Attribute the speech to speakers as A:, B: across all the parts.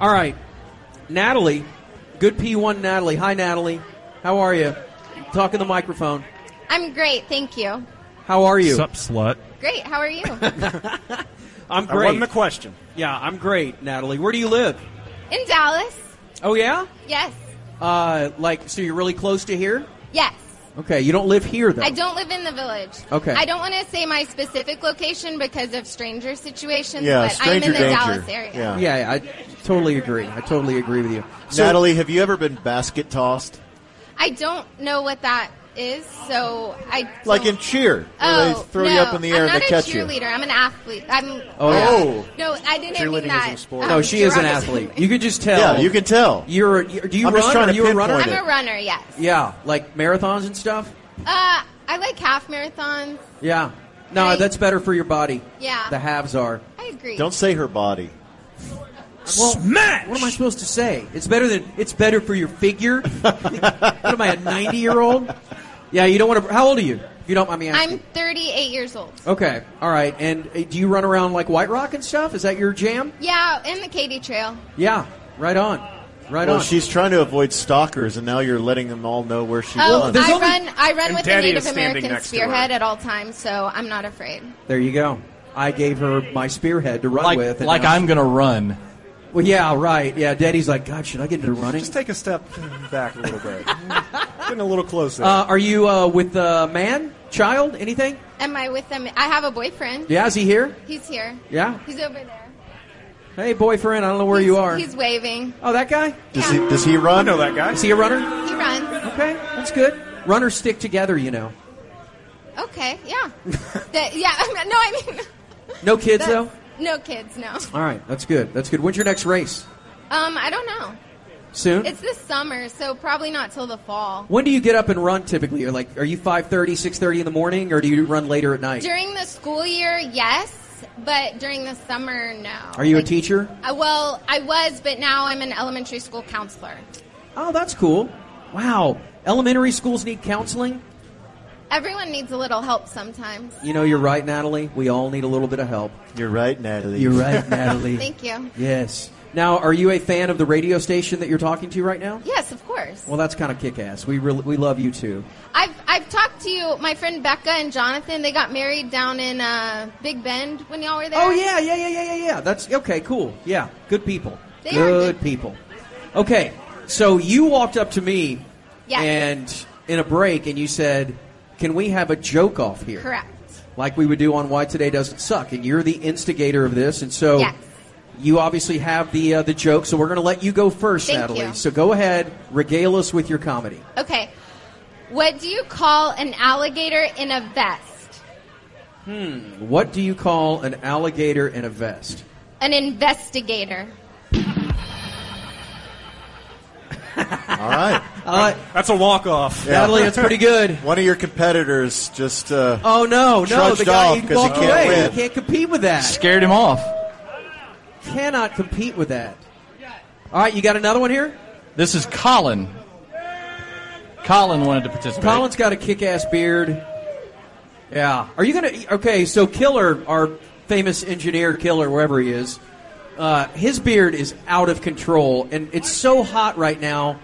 A: All right. Natalie, good P1 Natalie. Hi, Natalie. How are you? Talk in the microphone.
B: I'm great, thank you.
A: How are you?
C: Sup, slut.
B: Great, how are you?
A: I'm
D: That wasn't
A: great.
D: the question.
A: yeah, I'm great, Natalie. Where do you live?
B: In Dallas?
A: Oh, yeah?
B: Yes.
A: Uh, like, so you're really close to here?
B: Yes.
A: Okay, you don't live here, though.
B: I don't live in the village.
A: Okay.
B: I don't want to say my specific location because of stranger situations,
D: Yeah,
B: but
D: stranger
B: I'm in the
D: danger.
B: Dallas area.
D: Yeah.
A: Yeah, yeah, I totally agree. I totally agree with you. So-
D: Natalie, have you ever been basket tossed?
B: I don't know what that is, so I
D: Like
B: don't-
D: in cheer, where
B: Oh,
D: they throw
B: no,
D: you up in the air
B: I'm
D: and
B: not
D: they
B: a
D: catch you.
B: cheerleader. I'm an athlete. I'm.
A: Oh, yeah.
D: Oh.
B: No, I didn't
D: Cheerleading
B: mean that.
D: isn't a sport.
A: No,
B: um,
A: she is an
B: derogatory.
A: athlete. You can just tell.
D: Yeah, you can tell.
A: You're. you're do you
D: I'm
A: run?
D: just trying
A: Are
D: to
A: you a runner?
D: pinpoint
B: I'm a runner. Yes.
A: Yeah, like marathons and stuff.
B: Uh, I like half marathons.
A: Yeah. No,
B: Right.
A: that's better for your body.
B: Yeah.
A: The halves are.
B: I agree.
D: Don't say her body.
A: Well,
C: Smash!
A: What am I supposed to say? It's better than it's better for your figure. what am I, a ninety-year-old? Yeah, you don't want to. How old are you? If you don't mind me asking.
B: I'm 38 years old.
A: Okay, all right. And uh, do you run around like White Rock and stuff? Is that your jam?
B: Yeah, in the Katy Trail.
A: Yeah, right on, right
D: Well,
A: on.
D: she's trying to avoid stalkers, and now you're letting them all know where she
B: Oh,
D: runs.
A: there's
B: I
A: only-
B: run. I run
E: And
B: with
E: Daddy
B: the
E: is
B: Native
E: standing
B: American
E: next to
B: spearhead
E: her.
B: at all times, so I'm not afraid.
A: there you go. I gave her my spearhead to run
F: Like,
A: with. and
F: like
A: now-
F: I'm going to run.
A: Well, yeah, right. Yeah, Daddy's like, God, should I get into running?
E: Just take a step back a little bit. Getting a little closer.
A: Uh, are you uh, with uh, man, child, anything?
B: Am I with them? I have a boyfriend.
A: Yeah, is he here?
B: He's here.
A: Yeah.
B: He's over there.
A: Hey, boyfriend, I don't know where
B: He's-
A: you are.
B: He's waving.
A: Oh, that guy?
D: Does he, does he
E: I
D: run?
E: know that guy.
A: Is he a runner?
B: He runs.
A: Okay, that's good. Runners stick together, you know.
B: Okay. Yeah. That- yeah. No, I mean.
A: No kids,
B: that's-
A: though?
B: No kids. No.
A: All right, that's good. That's good. When's your next race?
B: Um, I don't know.
A: Soon?
B: It's this summer, so probably not till the fall.
A: when do you get up and run typically? Or like, are you 5.30, 6.30 in the morning, or do you run later at night?
B: During the school year, yes, but during the summer, no.
A: Are you a
B: Like,
A: teacher?
B: I, well, I was, but now I'm an elementary school counselor.
A: Oh, that's cool. Wow. Elementary schools need counseling?
B: Everyone needs a little help sometimes.
A: You know, you're right, Natalie. We all need a little bit of help.
D: You're right, Natalie.
A: You're right, Natalie.
B: Thank you.
A: Yes. Now, are you a fan of the radio station that you're talking to right now?
B: Yes, of course.
A: Well, that's kind of kick ass. We really, we love you too.
B: I've I've talked to my friend Becca and Jonathan. They got married down in uh, Big Bend when y'all were there.
A: Oh yeah, yeah, yeah, yeah, yeah, yeah. That's okay. Cool. Yeah, good people.
B: They
A: good,
B: are good
A: people. Okay, so you walked up to me,
B: Yes.
A: and in a break, and you said, "Can we have a joke off here?"
B: Correct.
A: Like we would do on Why Today Doesn't Suck, and you're the instigator of this, and so
B: Yes.
A: you obviously have the uh, the joke. So we're going to let you go first,
B: Thank
A: Natalie.
B: you.
A: So go ahead, regale us with your comedy.
B: Okay. What do you call an alligator in a vest?
A: What do you call an alligator in a vest?
B: An investigator.
D: All right.
A: Uh,
E: That's a walk off.
D: Yeah.
A: Natalie, that's pretty good.
D: One of your competitors just. Uh,
A: Oh no, no,
D: Trudged
A: the guy
D: off
A: he
D: 'cause he
A: walked
D: can't
A: away.
D: win.
A: He can't compete with that.
F: Scared him off.
A: Cannot compete with that. All right, you got another one here.
F: This is Colin. Colin wanted to participate.
A: Colin's got a kick-ass beard. Yeah. Are you gonna? Okay, so Killer, our famous engineer Killer, wherever he is, uh, his beard is out of control, and it's so hot right now,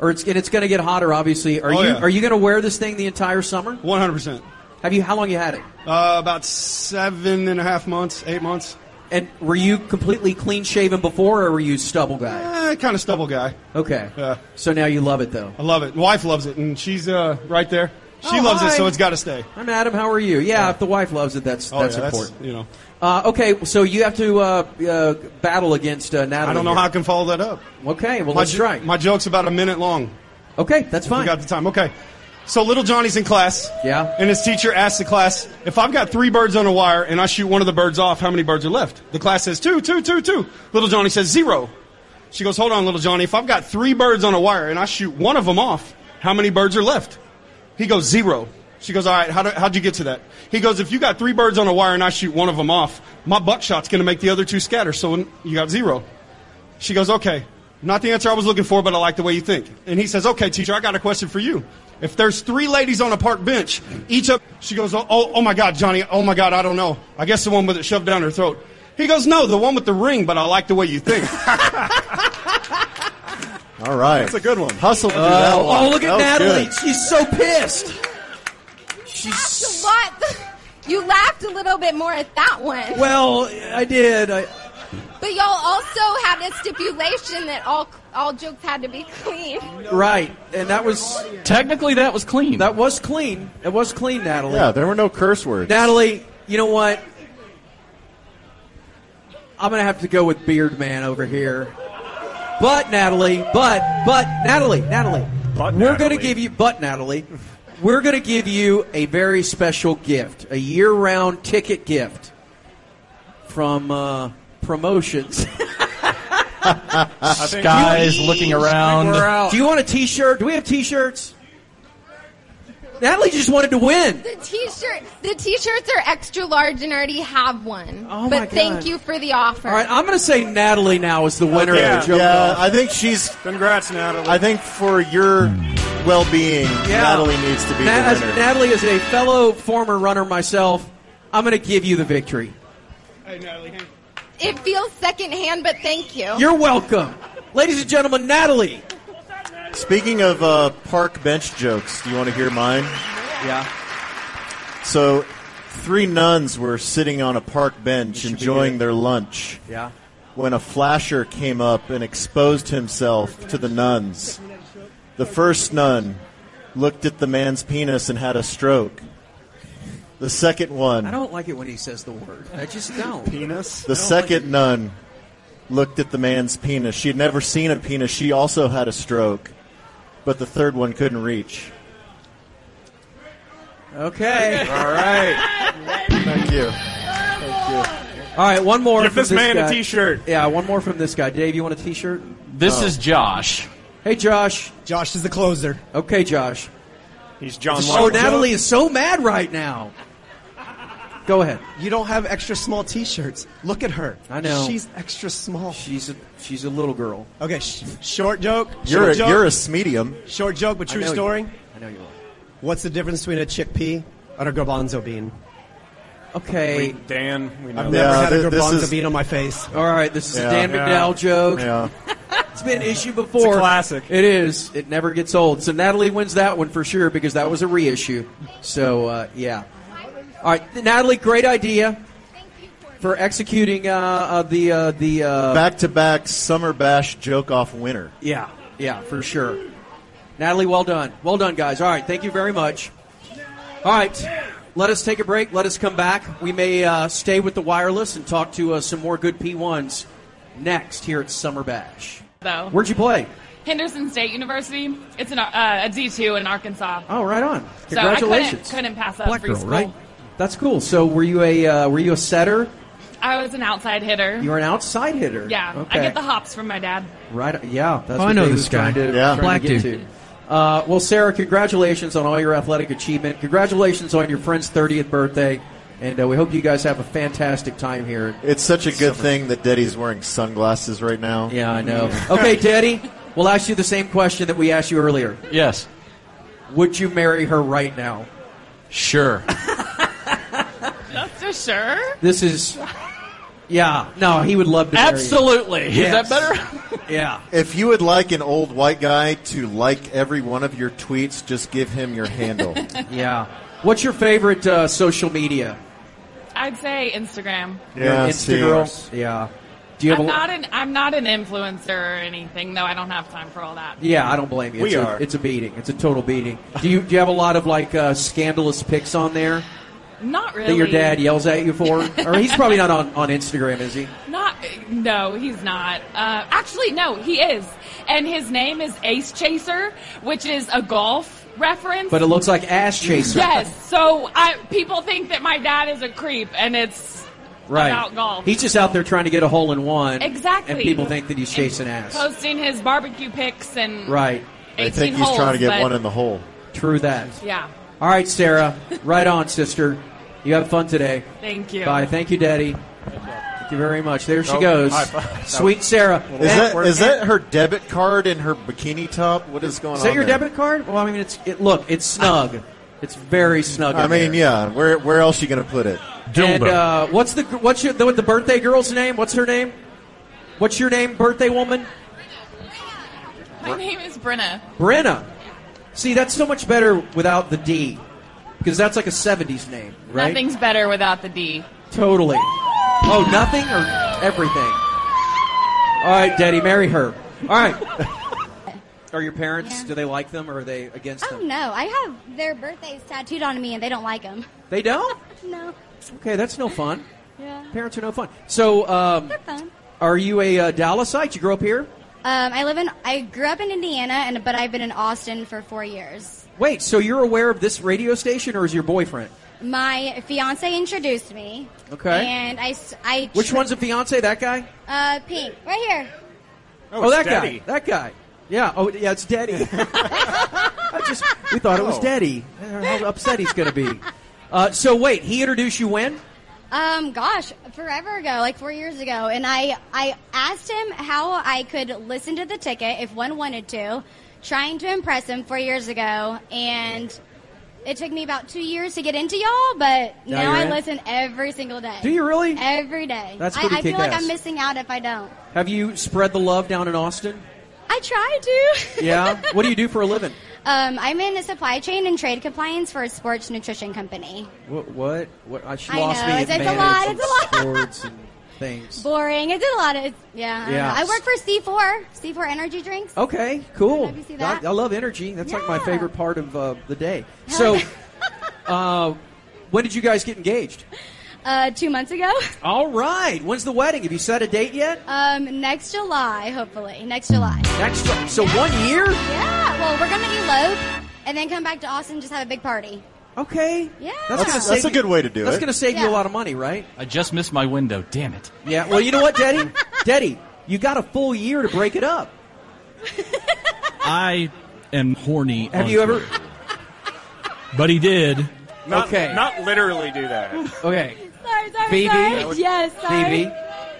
A: or it's and it's gonna get hotter. Obviously, are
G: Oh,
A: you
G: yeah.
A: are you gonna wear this thing the entire summer?
G: One hundred percent. Uh,
A: Have you? How long you had it?
G: About seven and a half months, eight months.
A: And were you completely clean shaven before, or were you stubble guy?
G: Eh, kind of stubble guy.
A: Okay.
G: Yeah.
A: So now you love it though.
G: I love it. My wife loves it, and she's uh, right there. She
A: Oh,
G: loves it,
A: hi.
G: so it's got to stay.
A: I'm Adam. How are you? Yeah, if the wife loves it, that's
G: Oh,
A: that's
G: yeah,
A: important.
G: you know,
A: uh, okay, so you have to uh, uh, battle against uh, Natalie.
G: I don't know how I can follow that up.
A: how. Okay, well
G: my,
A: let's
G: jo-
A: try.
G: my joke's about a minute long.
A: okay, that's
G: We
A: fine.
G: got the time. Okay. So little Johnny's in class.
A: Yeah.
G: And his teacher asks the class, if I've got three birds on a wire and I shoot one of the birds off, how many birds are left? The class says two, two, two, two. Little Johnny says zero. She goes, hold on, little Johnny. If I've got three birds on a wire and I shoot one of them off, how many birds are left? He goes, zero. She goes, all right, how do, how'd you get to that? He goes, if you got three birds on a wire and I shoot one of them off, my buckshot's going to make the other two scatter, so you got zero. She goes, okay, not the answer I was looking for, but I like the way you think. And he says, okay, teacher, I got a question for you. If there's three ladies on a park bench, each up, she goes, oh, oh, oh my God, Johnny, oh my God, I don't know. I guess the one with it shoved down her throat. He goes, no, the one with the ring, but I like the way you think.
D: All right.
E: That's a good one.
D: Hustle to do that
A: Oh,
D: one.
A: oh, look at
D: That was
A: Natalie.
D: good.
A: She's so pissed. She's.
B: What? You laughed a little bit more at that one.
A: Well, I did. I,
B: But y'all also had a stipulation that all all jokes had to be clean.
A: right, and that was
F: Technically, that was clean.
A: that was clean. It was clean, Natalie.
D: Yeah, there were no curse words.
A: Natalie, you know what? I'm gonna have to go with Beard Man over here. But Natalie, but but Natalie, Natalie,
E: But
A: we're
E: Natalie.
A: gonna give you but Natalie, we're gonna give you a very special gift, a year-round ticket gift from uh, promotions.
F: Guys looking around.
A: Do you want a T-shirt? Do we have T-shirts? Natalie just wanted to win.
B: The t-shirt, the t-shirts are extra large and I already have one.
A: Oh
B: but
A: my God.
B: thank you for the offer.
A: All right, I'm gonna say Natalie now is the winner of the joke.
D: yeah, I think she's.
E: Congrats, Natalie.
D: I think for your well-being,
A: Yeah.
D: Natalie needs to be
A: Na- as
D: the winner.
A: Natalie is a fellow former runner myself. I'm going to give you the victory.
G: Hey, Natalie. hang-
B: it feels secondhand, but thank you.
A: You're welcome. Ladies and gentlemen, Natalie.
D: Speaking of uh, park bench jokes, do you want to hear mine?
A: Yeah.
D: So, three nuns were sitting on a park bench enjoying their lunch
A: Yeah.
D: when a flasher came up and exposed himself to the nuns. The first nun looked at the man's penis and had a stroke. The second
A: I
D: one,
A: don't like it when he says the word. I just don't.
E: penis.
D: the second nun looked at the man's penis. She had never seen a penis. She also had a stroke, but the third one couldn't reach.
A: Okay.
E: All right.
D: Thank you.
A: All right, one more.
E: Give
A: from
E: this man a
A: guy.
E: t-shirt.
A: Yeah, one more from this guy. Dave, you want a T-shirt?
F: This is Josh.
A: Hey, Josh.
C: Josh is the closer.
A: Okay, Josh.
E: He's John.
A: Oh, Natalie is so mad right now. Go ahead.
C: You don't have extra small T-shirts. Look at her.
A: I know.
C: She's extra small.
A: She's a she's a little girl.
C: Okay, sh- short joke.
D: You're a,
C: short joke,
D: you're a medium.
C: short joke, but true
A: I know you
C: story.
A: are. I know you are.
C: What's the difference between a chickpea and a garbanzo bean?
A: Okay.
E: Dan. We know that.
C: I've never
D: Yeah,
C: had a
D: thi- this
C: garbanzo
D: is-
C: bean on my face.
A: All right, this is a
D: Yeah.
A: Dan
E: Yeah.
A: McDowell joke.
D: Yeah.
A: It's been an issue before.
E: classic.
A: It is. It never gets old. So Natalie wins that one for sure because that was a reissue. So uh, yeah. All right, Natalie, great idea for executing uh, uh, the uh, the uh,
D: Back to back summer bash joke off winner.
A: yeah yeah for sure. Natalie, well done, well done, guys. All right, thank you very much. All right, let us take a break. Let us come back. We may uh, stay with the wireless and talk to uh, some more good P1s next here at Summer Bash.
H: though.
A: Where'd you play?
H: Henderson State University. It's an, uh, a D2 in Arkansas.
A: Oh, right on!
H: So I
A: Congratulations.
H: couldn't, couldn't pass up
F: Black
H: free
F: girl,
H: school.
F: right?
A: That's cool. So were you a uh, were you a setter?
H: I was an outside hitter.
A: You were an outside hitter.
H: yeah,
A: Okay.
H: I get the hops from my dad.
A: right. Yeah. That's
F: Oh, I
A: what
F: know
A: Dave
F: this
A: was
F: guy.
A: Trying to,
D: Yeah.
A: trying to
F: Black
A: get
F: dude.
A: to. Uh, well, Sarah, congratulations on all your athletic achievement. Congratulations on your friend's 30th birthday, and uh, we hope you guys have a fantastic time here.
D: It's such a good thing that Daddy's wearing sunglasses right now.
A: Yeah, I know. okay, Daddy, we'll ask you the same question that we asked you earlier.
F: Yes.
A: Would you marry her right now?
F: Sure.
H: That's for sure.
A: This is. Yeah. No, he would love to. marry you.
F: Absolutely.
A: Yes.
F: Is that better?
A: Yeah.
D: If you would like an old white guy to like every one of your tweets, just give him your handle.
A: Yeah. What's your favorite uh, social media?
H: I'd say Instagram.
D: yeah, see.
A: Instagram. Yeah. Do you have
H: I'm
A: a?
H: not an I'm not an influencer or anything though. I don't have time for all that.
A: yeah, I don't blame you. It's
E: We
A: a,
E: are.
A: It's a beating. It's a total beating. Do you do you have a lot of like uh, scandalous pics on there
H: Not really.
A: that your dad yells at you for? or he's probably not on, on Instagram, is he?
H: Not. No, he's not. Uh, actually, no, he is. And his name is Ace Chaser, which is a golf reference.
A: But it looks like ass chaser.
H: yes. So I, people think that my dad is a creep, and it's
A: Right.
H: about golf.
A: He's just out there trying to get a hole in one.
H: Exactly.
A: And people think that he's chasing
H: And
A: ass.
H: Posting his barbecue pics and
A: right.
D: I
H: 18
D: think he's trying to
H: holes,
D: get
H: but-
D: one in the hole.
A: True that.
H: Yeah.
A: All right, Sarah. Right on, sister. You have fun today.
H: Thank you.
A: Bye. Thank you, Daddy. Thank you very much. There she
E: Oh,
A: goes.
E: high five.
A: Sweet Sarah.
D: Is that, is that her debit card and her bikini top? What is going
A: Is
D: on?
A: that your
D: there?
A: debit card? Well, I mean, it's it, look, it's snug. It's very snug.
D: I
A: in
D: mean,
A: there.
D: yeah. Where where else you going to put it?
A: And uh, what's the gr- what's your the, the birthday girl's name? What's her name? What's your name, birthday woman?
H: My name is Brenna.
A: Brenna. See, that's so much better without the D, because that's like a '70s name, right?
H: Nothing's better without the D.
A: Totally. Oh, nothing or everything. All right, Daddy, marry her. All right. Are your parents?
I: Yeah.
A: Do they like them or are they against
I: Oh
A: them?
I: no, I have their birthdays tattooed on me and they don't like them.
A: They don't.
I: No.
A: Okay, that's no fun.
I: Yeah.
A: Parents are no fun. So, um,
I: They're fun.
A: are you a uh, Dallasite? You grew up here?
I: Um, I live in I grew up in Indiana and but I've been in Austin for 4 years.
A: Wait, so you're aware of this radio station, or is your boyfriend?
I: My fiance introduced me.
A: Okay.
I: And I s- I
A: Which
I: tr-
A: one's a fiance? That guy?
I: Uh pink. Right here.
A: Oh, that
E: Daddy.
A: guy. That guy. Yeah. Oh, yeah. It's Daddy. I just we thought it was
E: Oh.
A: Daddy. How upset he's going to be. Uh, so wait, he introduced you when?
I: Um, gosh, forever ago, like four years ago, and I I asked him how I could listen to the ticket if one wanted to, trying to impress him four years ago, and it took me about two years to get into y'all, but
A: Now
I: now,
A: you're
I: I
A: in?
I: listen every single day.
A: Do you really?
I: Every day.
A: That's
I: I,
A: pretty
I: I feel like
A: kick-ass.
I: I'm missing out if I don't.
A: Have you spread the love down in Austin?
I: I try to.
A: Yeah. what do you do for a living?
I: um, I'm in supply chain and trade compliance for a sports nutrition company.
A: What? What? what I, she
I: I
A: lost
I: know,
A: me.
I: it's-
A: at
I: it's a
A: manage
I: lot,
A: and
I: it's a lot.
A: Sports and things.
I: Boring. I did a lot of yeah. I,
A: Yeah.
I: don't know. I work for C4, C4 Energy Drinks.
A: Okay, cool.
I: Have you seen that?
A: I, I love energy. That's like my
I: Yeah.
A: favorite part of uh, the day. So, uh, when did you guys get engaged?
I: Uh, two months ago.
A: All right. When's the wedding? Have you set a date yet?
I: Um, next July, hopefully. Next July.
A: Next. Ju- So one year.
I: Yeah. Well, we're gonna elope and then come back to Austin and just have a big party.
A: Okay.
I: Yeah.
A: That's, gonna
I: That's-
A: save
D: that's a
A: you-
D: good way to do
A: That's
D: it.
A: going to save you a
I: Yeah.
A: lot of money, right?
F: I just missed my window. Damn it.
A: Yeah. Well, you know what, Daddy? Daddy, you got a full year to break it up.
J: I am horny.
A: Have
J: on
A: you ever?
J: Twitter. But he did.
E: Not,
A: Okay.
E: Not literally do that.
A: Okay.
I: Sorry, sorry,
A: Phoebe?
I: sorry. Yes, sorry.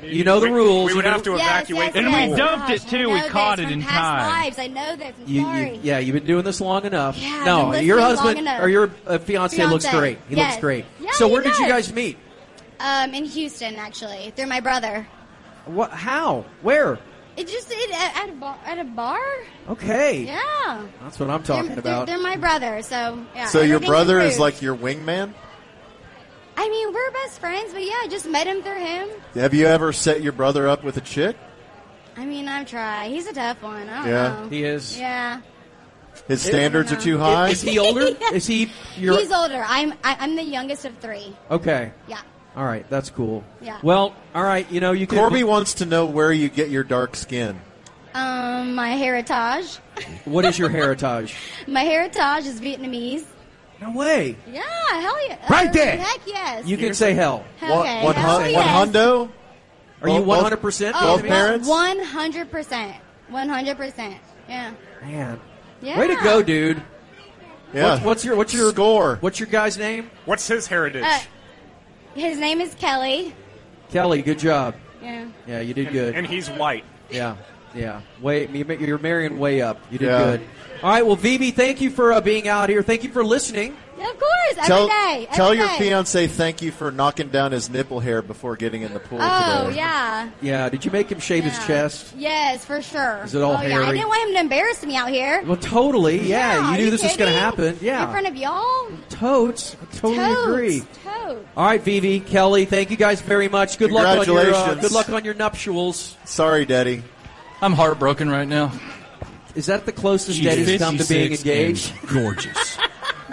A: Phoebe, you know the
E: We-
A: rules.
E: We would
A: You
E: have to
I: Yes,
E: evacuate
I: yes,
E: the
J: And we
I: yes.
E: pool.
J: dumped
I: Gosh,
J: it, too.
I: I
J: We
I: know
J: caught
I: this
J: it
I: from
J: in
I: past
J: time.
I: Lives. I know this. I'm
A: You,
I: sorry.
A: you, yeah, you've been doing this long enough.
I: Yeah, I've
A: no,
I: been
A: your
I: listening long
A: husband
I: enough.
A: or your uh, fiance,
I: Fiance.
A: looks great. He
I: Yes.
A: looks great.
I: Yeah,
A: so
I: he
A: where did you
I: does.
A: guys meet?
I: Um, in Houston, actually, through my brother.
A: What? How? Where?
I: It just it at, at a bar. At a bar.
A: Okay.
I: Yeah.
A: That's what I'm
I: They're,
A: talking
I: they're-
A: about.
I: they're my brother, so yeah.
D: So your
I: everything's
D: brother is
I: improved.
D: like your wingman.
I: I mean, we're best friends, but yeah, I just met him through him.
D: Have you ever set your brother up with a chick?
I: I mean, I've tried. He's a tough one. I don't
D: Yeah.
I: know.
A: He is.
I: Yeah.
D: His standards are
I: I don't
D: too
I: know.
D: high.
A: Is he older? Is he your?
I: He's older. I'm I, I'm the youngest of three.
A: Okay.
I: Yeah.
A: All right. That's cool.
I: Yeah.
A: Well, all right. You know, you can.
D: Corby wants to know where you get your dark skin.
I: Um, my heritage.
A: What is your heritage?
I: My heritage is Vietnamese.
A: No way.
I: Yeah, hell yeah. Oh,
A: Right there.
I: Heck yes.
A: You can say hell.
I: okay.
D: One, one,
A: uh,
I: hell
D: hun-
I: yes.
D: one hundo.
A: Are you
D: Both- both-
A: 100%
I: Oh,
D: Both parents.
I: One hundred percent. One hundred percent. Yeah.
A: Man.
I: Yeah.
A: Way to go, dude.
D: Yeah.
A: What's, what's your what's your
D: Score.
A: What's your guy's name?
E: What's his heritage?
I: Uh, his name is Kelly.
A: Kelly. Good job.
I: Yeah.
A: Yeah, you did
E: and,
A: good.
E: and he's white.
A: Yeah, yeah. Way you ma- you're marrying way up. You did
D: Yeah.
A: good. All right. Well, VB, thank you for uh, being out here. Thank you for listening.
I: Yeah, of course. Every
D: Tell,
I: day. every
D: tell your
I: day.
D: fiance thank you for knocking down his nipple hair before getting in the pool.
I: Oh
D: today.
I: yeah.
A: Yeah. Did you make him shave his
I: Yeah.
A: chest?
I: Yes, for sure.
A: Is it all
I: oh, yeah. I
A: hairy?
I: didn't want him to embarrass me out here.
A: Well, totally. Yeah.
I: are
A: you knew this was going to
I: kidding?
A: happen. Yeah.
I: In front of y'all?
A: Totes. I totally
I: Totes.
A: agree.
I: Totes.
A: All right, Vivi, Kelly, thank you guys very much. Good luck on your uh,
D: Congratulations.
A: good luck on your nuptials.
D: Sorry, Daddy.
F: I'm heartbroken right now.
A: Is that the closest
J: She's
A: Daddy's come to being
J: 56
A: engaged?
J: and Gorgeous.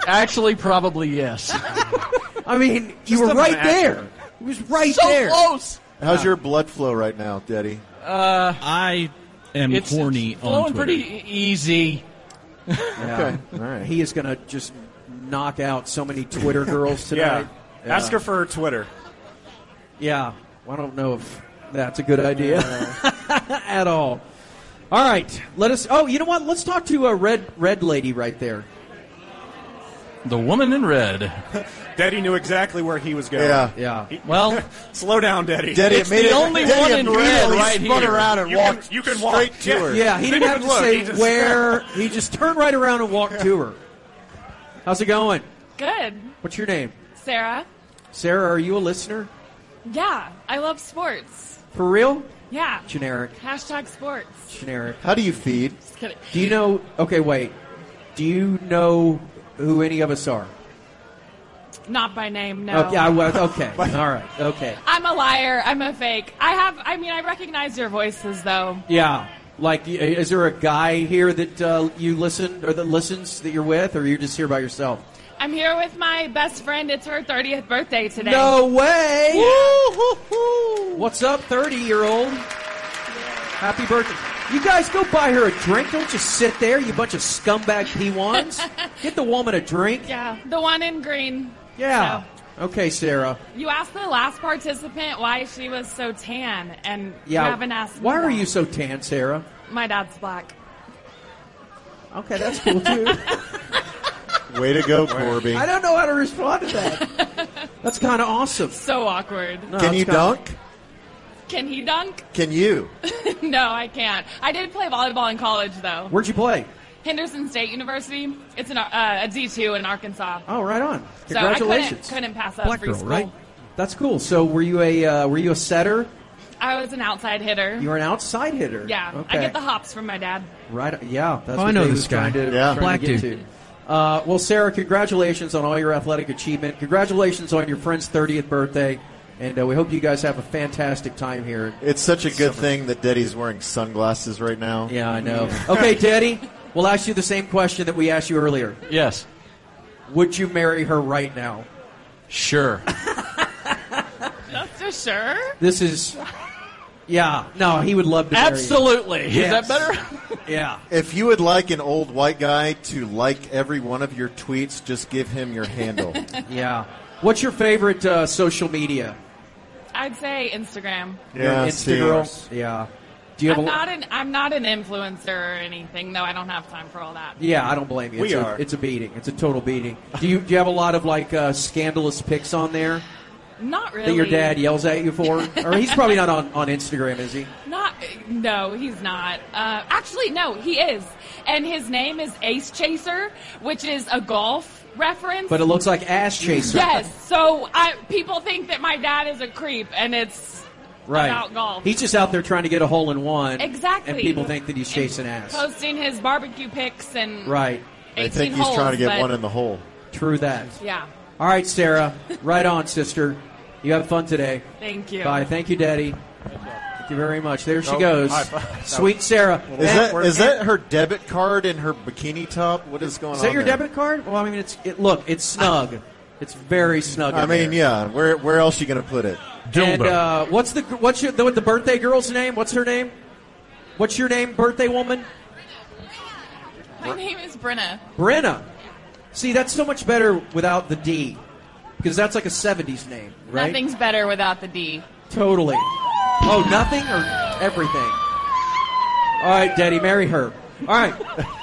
F: Actually, probably yes.
A: I mean, you were
E: a
A: right
E: match.
A: there. It was right there.
F: close.
D: How's your blood flow right now, Daddy?
J: I am
F: It's,
J: horny
F: it's
J: on
F: flowing
J: Twitter.
F: pretty e-, easy.
A: Yeah.
D: Okay. All right.
A: He is going to just knock out so many Twitter girls
E: Yeah.
A: tonight.
E: Ask her for her Twitter.
A: Yeah, well, I don't know if that's a good idea at all. All right, let us. Oh, you know what? Let's talk to a red red lady right there.
F: The woman in red.
E: Daddy knew exactly where he was going.
D: Yeah.
A: Yeah,
F: Well,
E: Slow down, Daddy.
D: Daddy, it
F: It's
D: made
F: the
D: it-
F: only
D: Daddy
F: one in red
D: immediately
F: right
D: spun
F: here.
D: around and
E: You can-
D: walked
E: you can walk.
D: straight to
E: Yeah.
D: her.
A: yeah. He
E: Didn't
A: didn't have to
E: even look,
A: say
E: he just-
A: where. He just turned right around and walked to her. How's it going?
H: Good.
A: What's your name?
H: Sarah.
A: Sarah, are you a listener
H: Yeah, I love sports.
A: for real?
H: Yeah.
A: Generic.
H: Hashtag sports.
A: Generic.
D: How do you feed?
H: Just kidding.
A: Do you know? Okay, wait. Do you know who any of us are?
H: Not by name, no.
A: Okay, I was, okay. all right. Okay.
H: I'm a liar. I'm a fake. I have, I mean, I recognize your voices, though.
A: Yeah. Like, y- uh, is there a guy here that uh, you listen or that listens that you're with, or you're just here by yourself?
H: I'm here with my best friend. It's her 30th birthday today.
A: No way! What's up, 30 year old? Happy birthday. You guys go buy her a drink. Don't just sit there, you bunch of scumbag P1s. Get the woman a drink.
H: Yeah, the one in green.
A: Yeah. Okay, Sarah.
H: You asked the last participant why she was so tan, and
A: Yeah.
H: you haven't asked me
A: Why are
H: that.
A: you so tan, Sarah?
H: My dad's black.
A: Okay, that's cool too.
D: Way to go, Corby.
A: I don't know how to respond to that. That's kind of awesome.
H: So awkward.
A: No,
D: Can
A: it's
D: you
A: kinda-
D: dunk?
H: Can he dunk?
D: Can you?
H: no, I can't. I did play volleyball in college, though.
A: Where'd you play?
H: Henderson State University. It's an, uh, a D2 in Arkansas.
A: Oh, right on.
H: So I
A: Congratulations.
H: couldn't, couldn't pass up free school.
A: That's cool. So were you a uh, were you a setter?
H: I was an outside hitter.
A: You were an outside hitter.
H: yeah,
A: Okay.
H: I get the hops from my dad.
A: Right. uh, Yeah. That's
K: Oh, I
A: what
K: know
A: Dave
K: this
A: was
K: guy.
A: Trying to,
K: Yeah.
A: trying to
K: Black
A: get
K: dude.
A: to. Uh, well, Sarah, congratulations on all your athletic achievement. Congratulations on your friend's 30th birthday, and uh, we hope you guys have a fantastic time here.
D: It's such a good thing that Daddy's wearing sunglasses right now.
A: Yeah, I know. Okay, Daddy, we'll ask you the same question that we asked you earlier.
F: Yes.
A: Would you marry her right now?
F: Sure.
H: That's for sure.
A: This is. Yeah. No, he would love to. marry you.
F: Absolutely. Is
A: Yes.
F: that better?
A: Yeah.
D: If you would like an old white guy to like every one of your tweets, just give him your handle.
A: Yeah. What's your favorite uh, social media?
H: I'd say Instagram.
D: Yeah,
A: Your
D: see.
A: Instagram. Yeah. Do you have
H: I'm
A: a?
H: not an I'm not an influencer or anything though. I don't have time for all that.
A: yeah, I don't blame you.
D: We
A: It's a,
D: are.
A: It's a beating. It's a total beating. Do you do you have a lot of like uh, scandalous pics on there
H: Not really.
A: that your dad yells at you for? or he's probably not on, on Instagram, is he?
H: Not. No, he's not. Uh, actually, no, he is. And his name is Ace Chaser, which is a golf reference.
A: But it looks like ass chaser.
H: yes. So I, people think that my dad is a creep, and it's
A: Right.
H: about golf.
A: He's just out there trying to get a hole in one.
H: Exactly.
A: And people think that he's chasing ass.
H: posting his barbecue pics and
A: right.
D: I
H: 18
D: think he's
H: holes,
D: trying to get
H: but-
D: one in the hole.
A: True that.
H: Yeah.
A: All right, Sarah. Right on, sister. You have fun today.
H: Thank you.
A: Bye. Thank you, Daddy. Thank you very much. There she
E: Nope.
A: goes.
E: High five.
A: Sweet Sarah.
D: Oh, Is that is that her debit card in her bikini top? What is going on?
A: Is that your
D: there?
A: debit card? Well, I mean, it's it, look, it's snug. It's very snug.
D: I
A: in
D: mean,
A: there.
D: yeah. Where where else you going to put it?
A: And uh, what's the what's your, the, the birthday girl's name? What's her name? What's your name, birthday woman?
H: My name is Brenna.
A: Brenna. See, that's so much better without the D, because that's like a '70s name, right?
H: Nothing's better without the D.
A: Totally. Oh, nothing or everything. All right, Daddy, marry her. All right.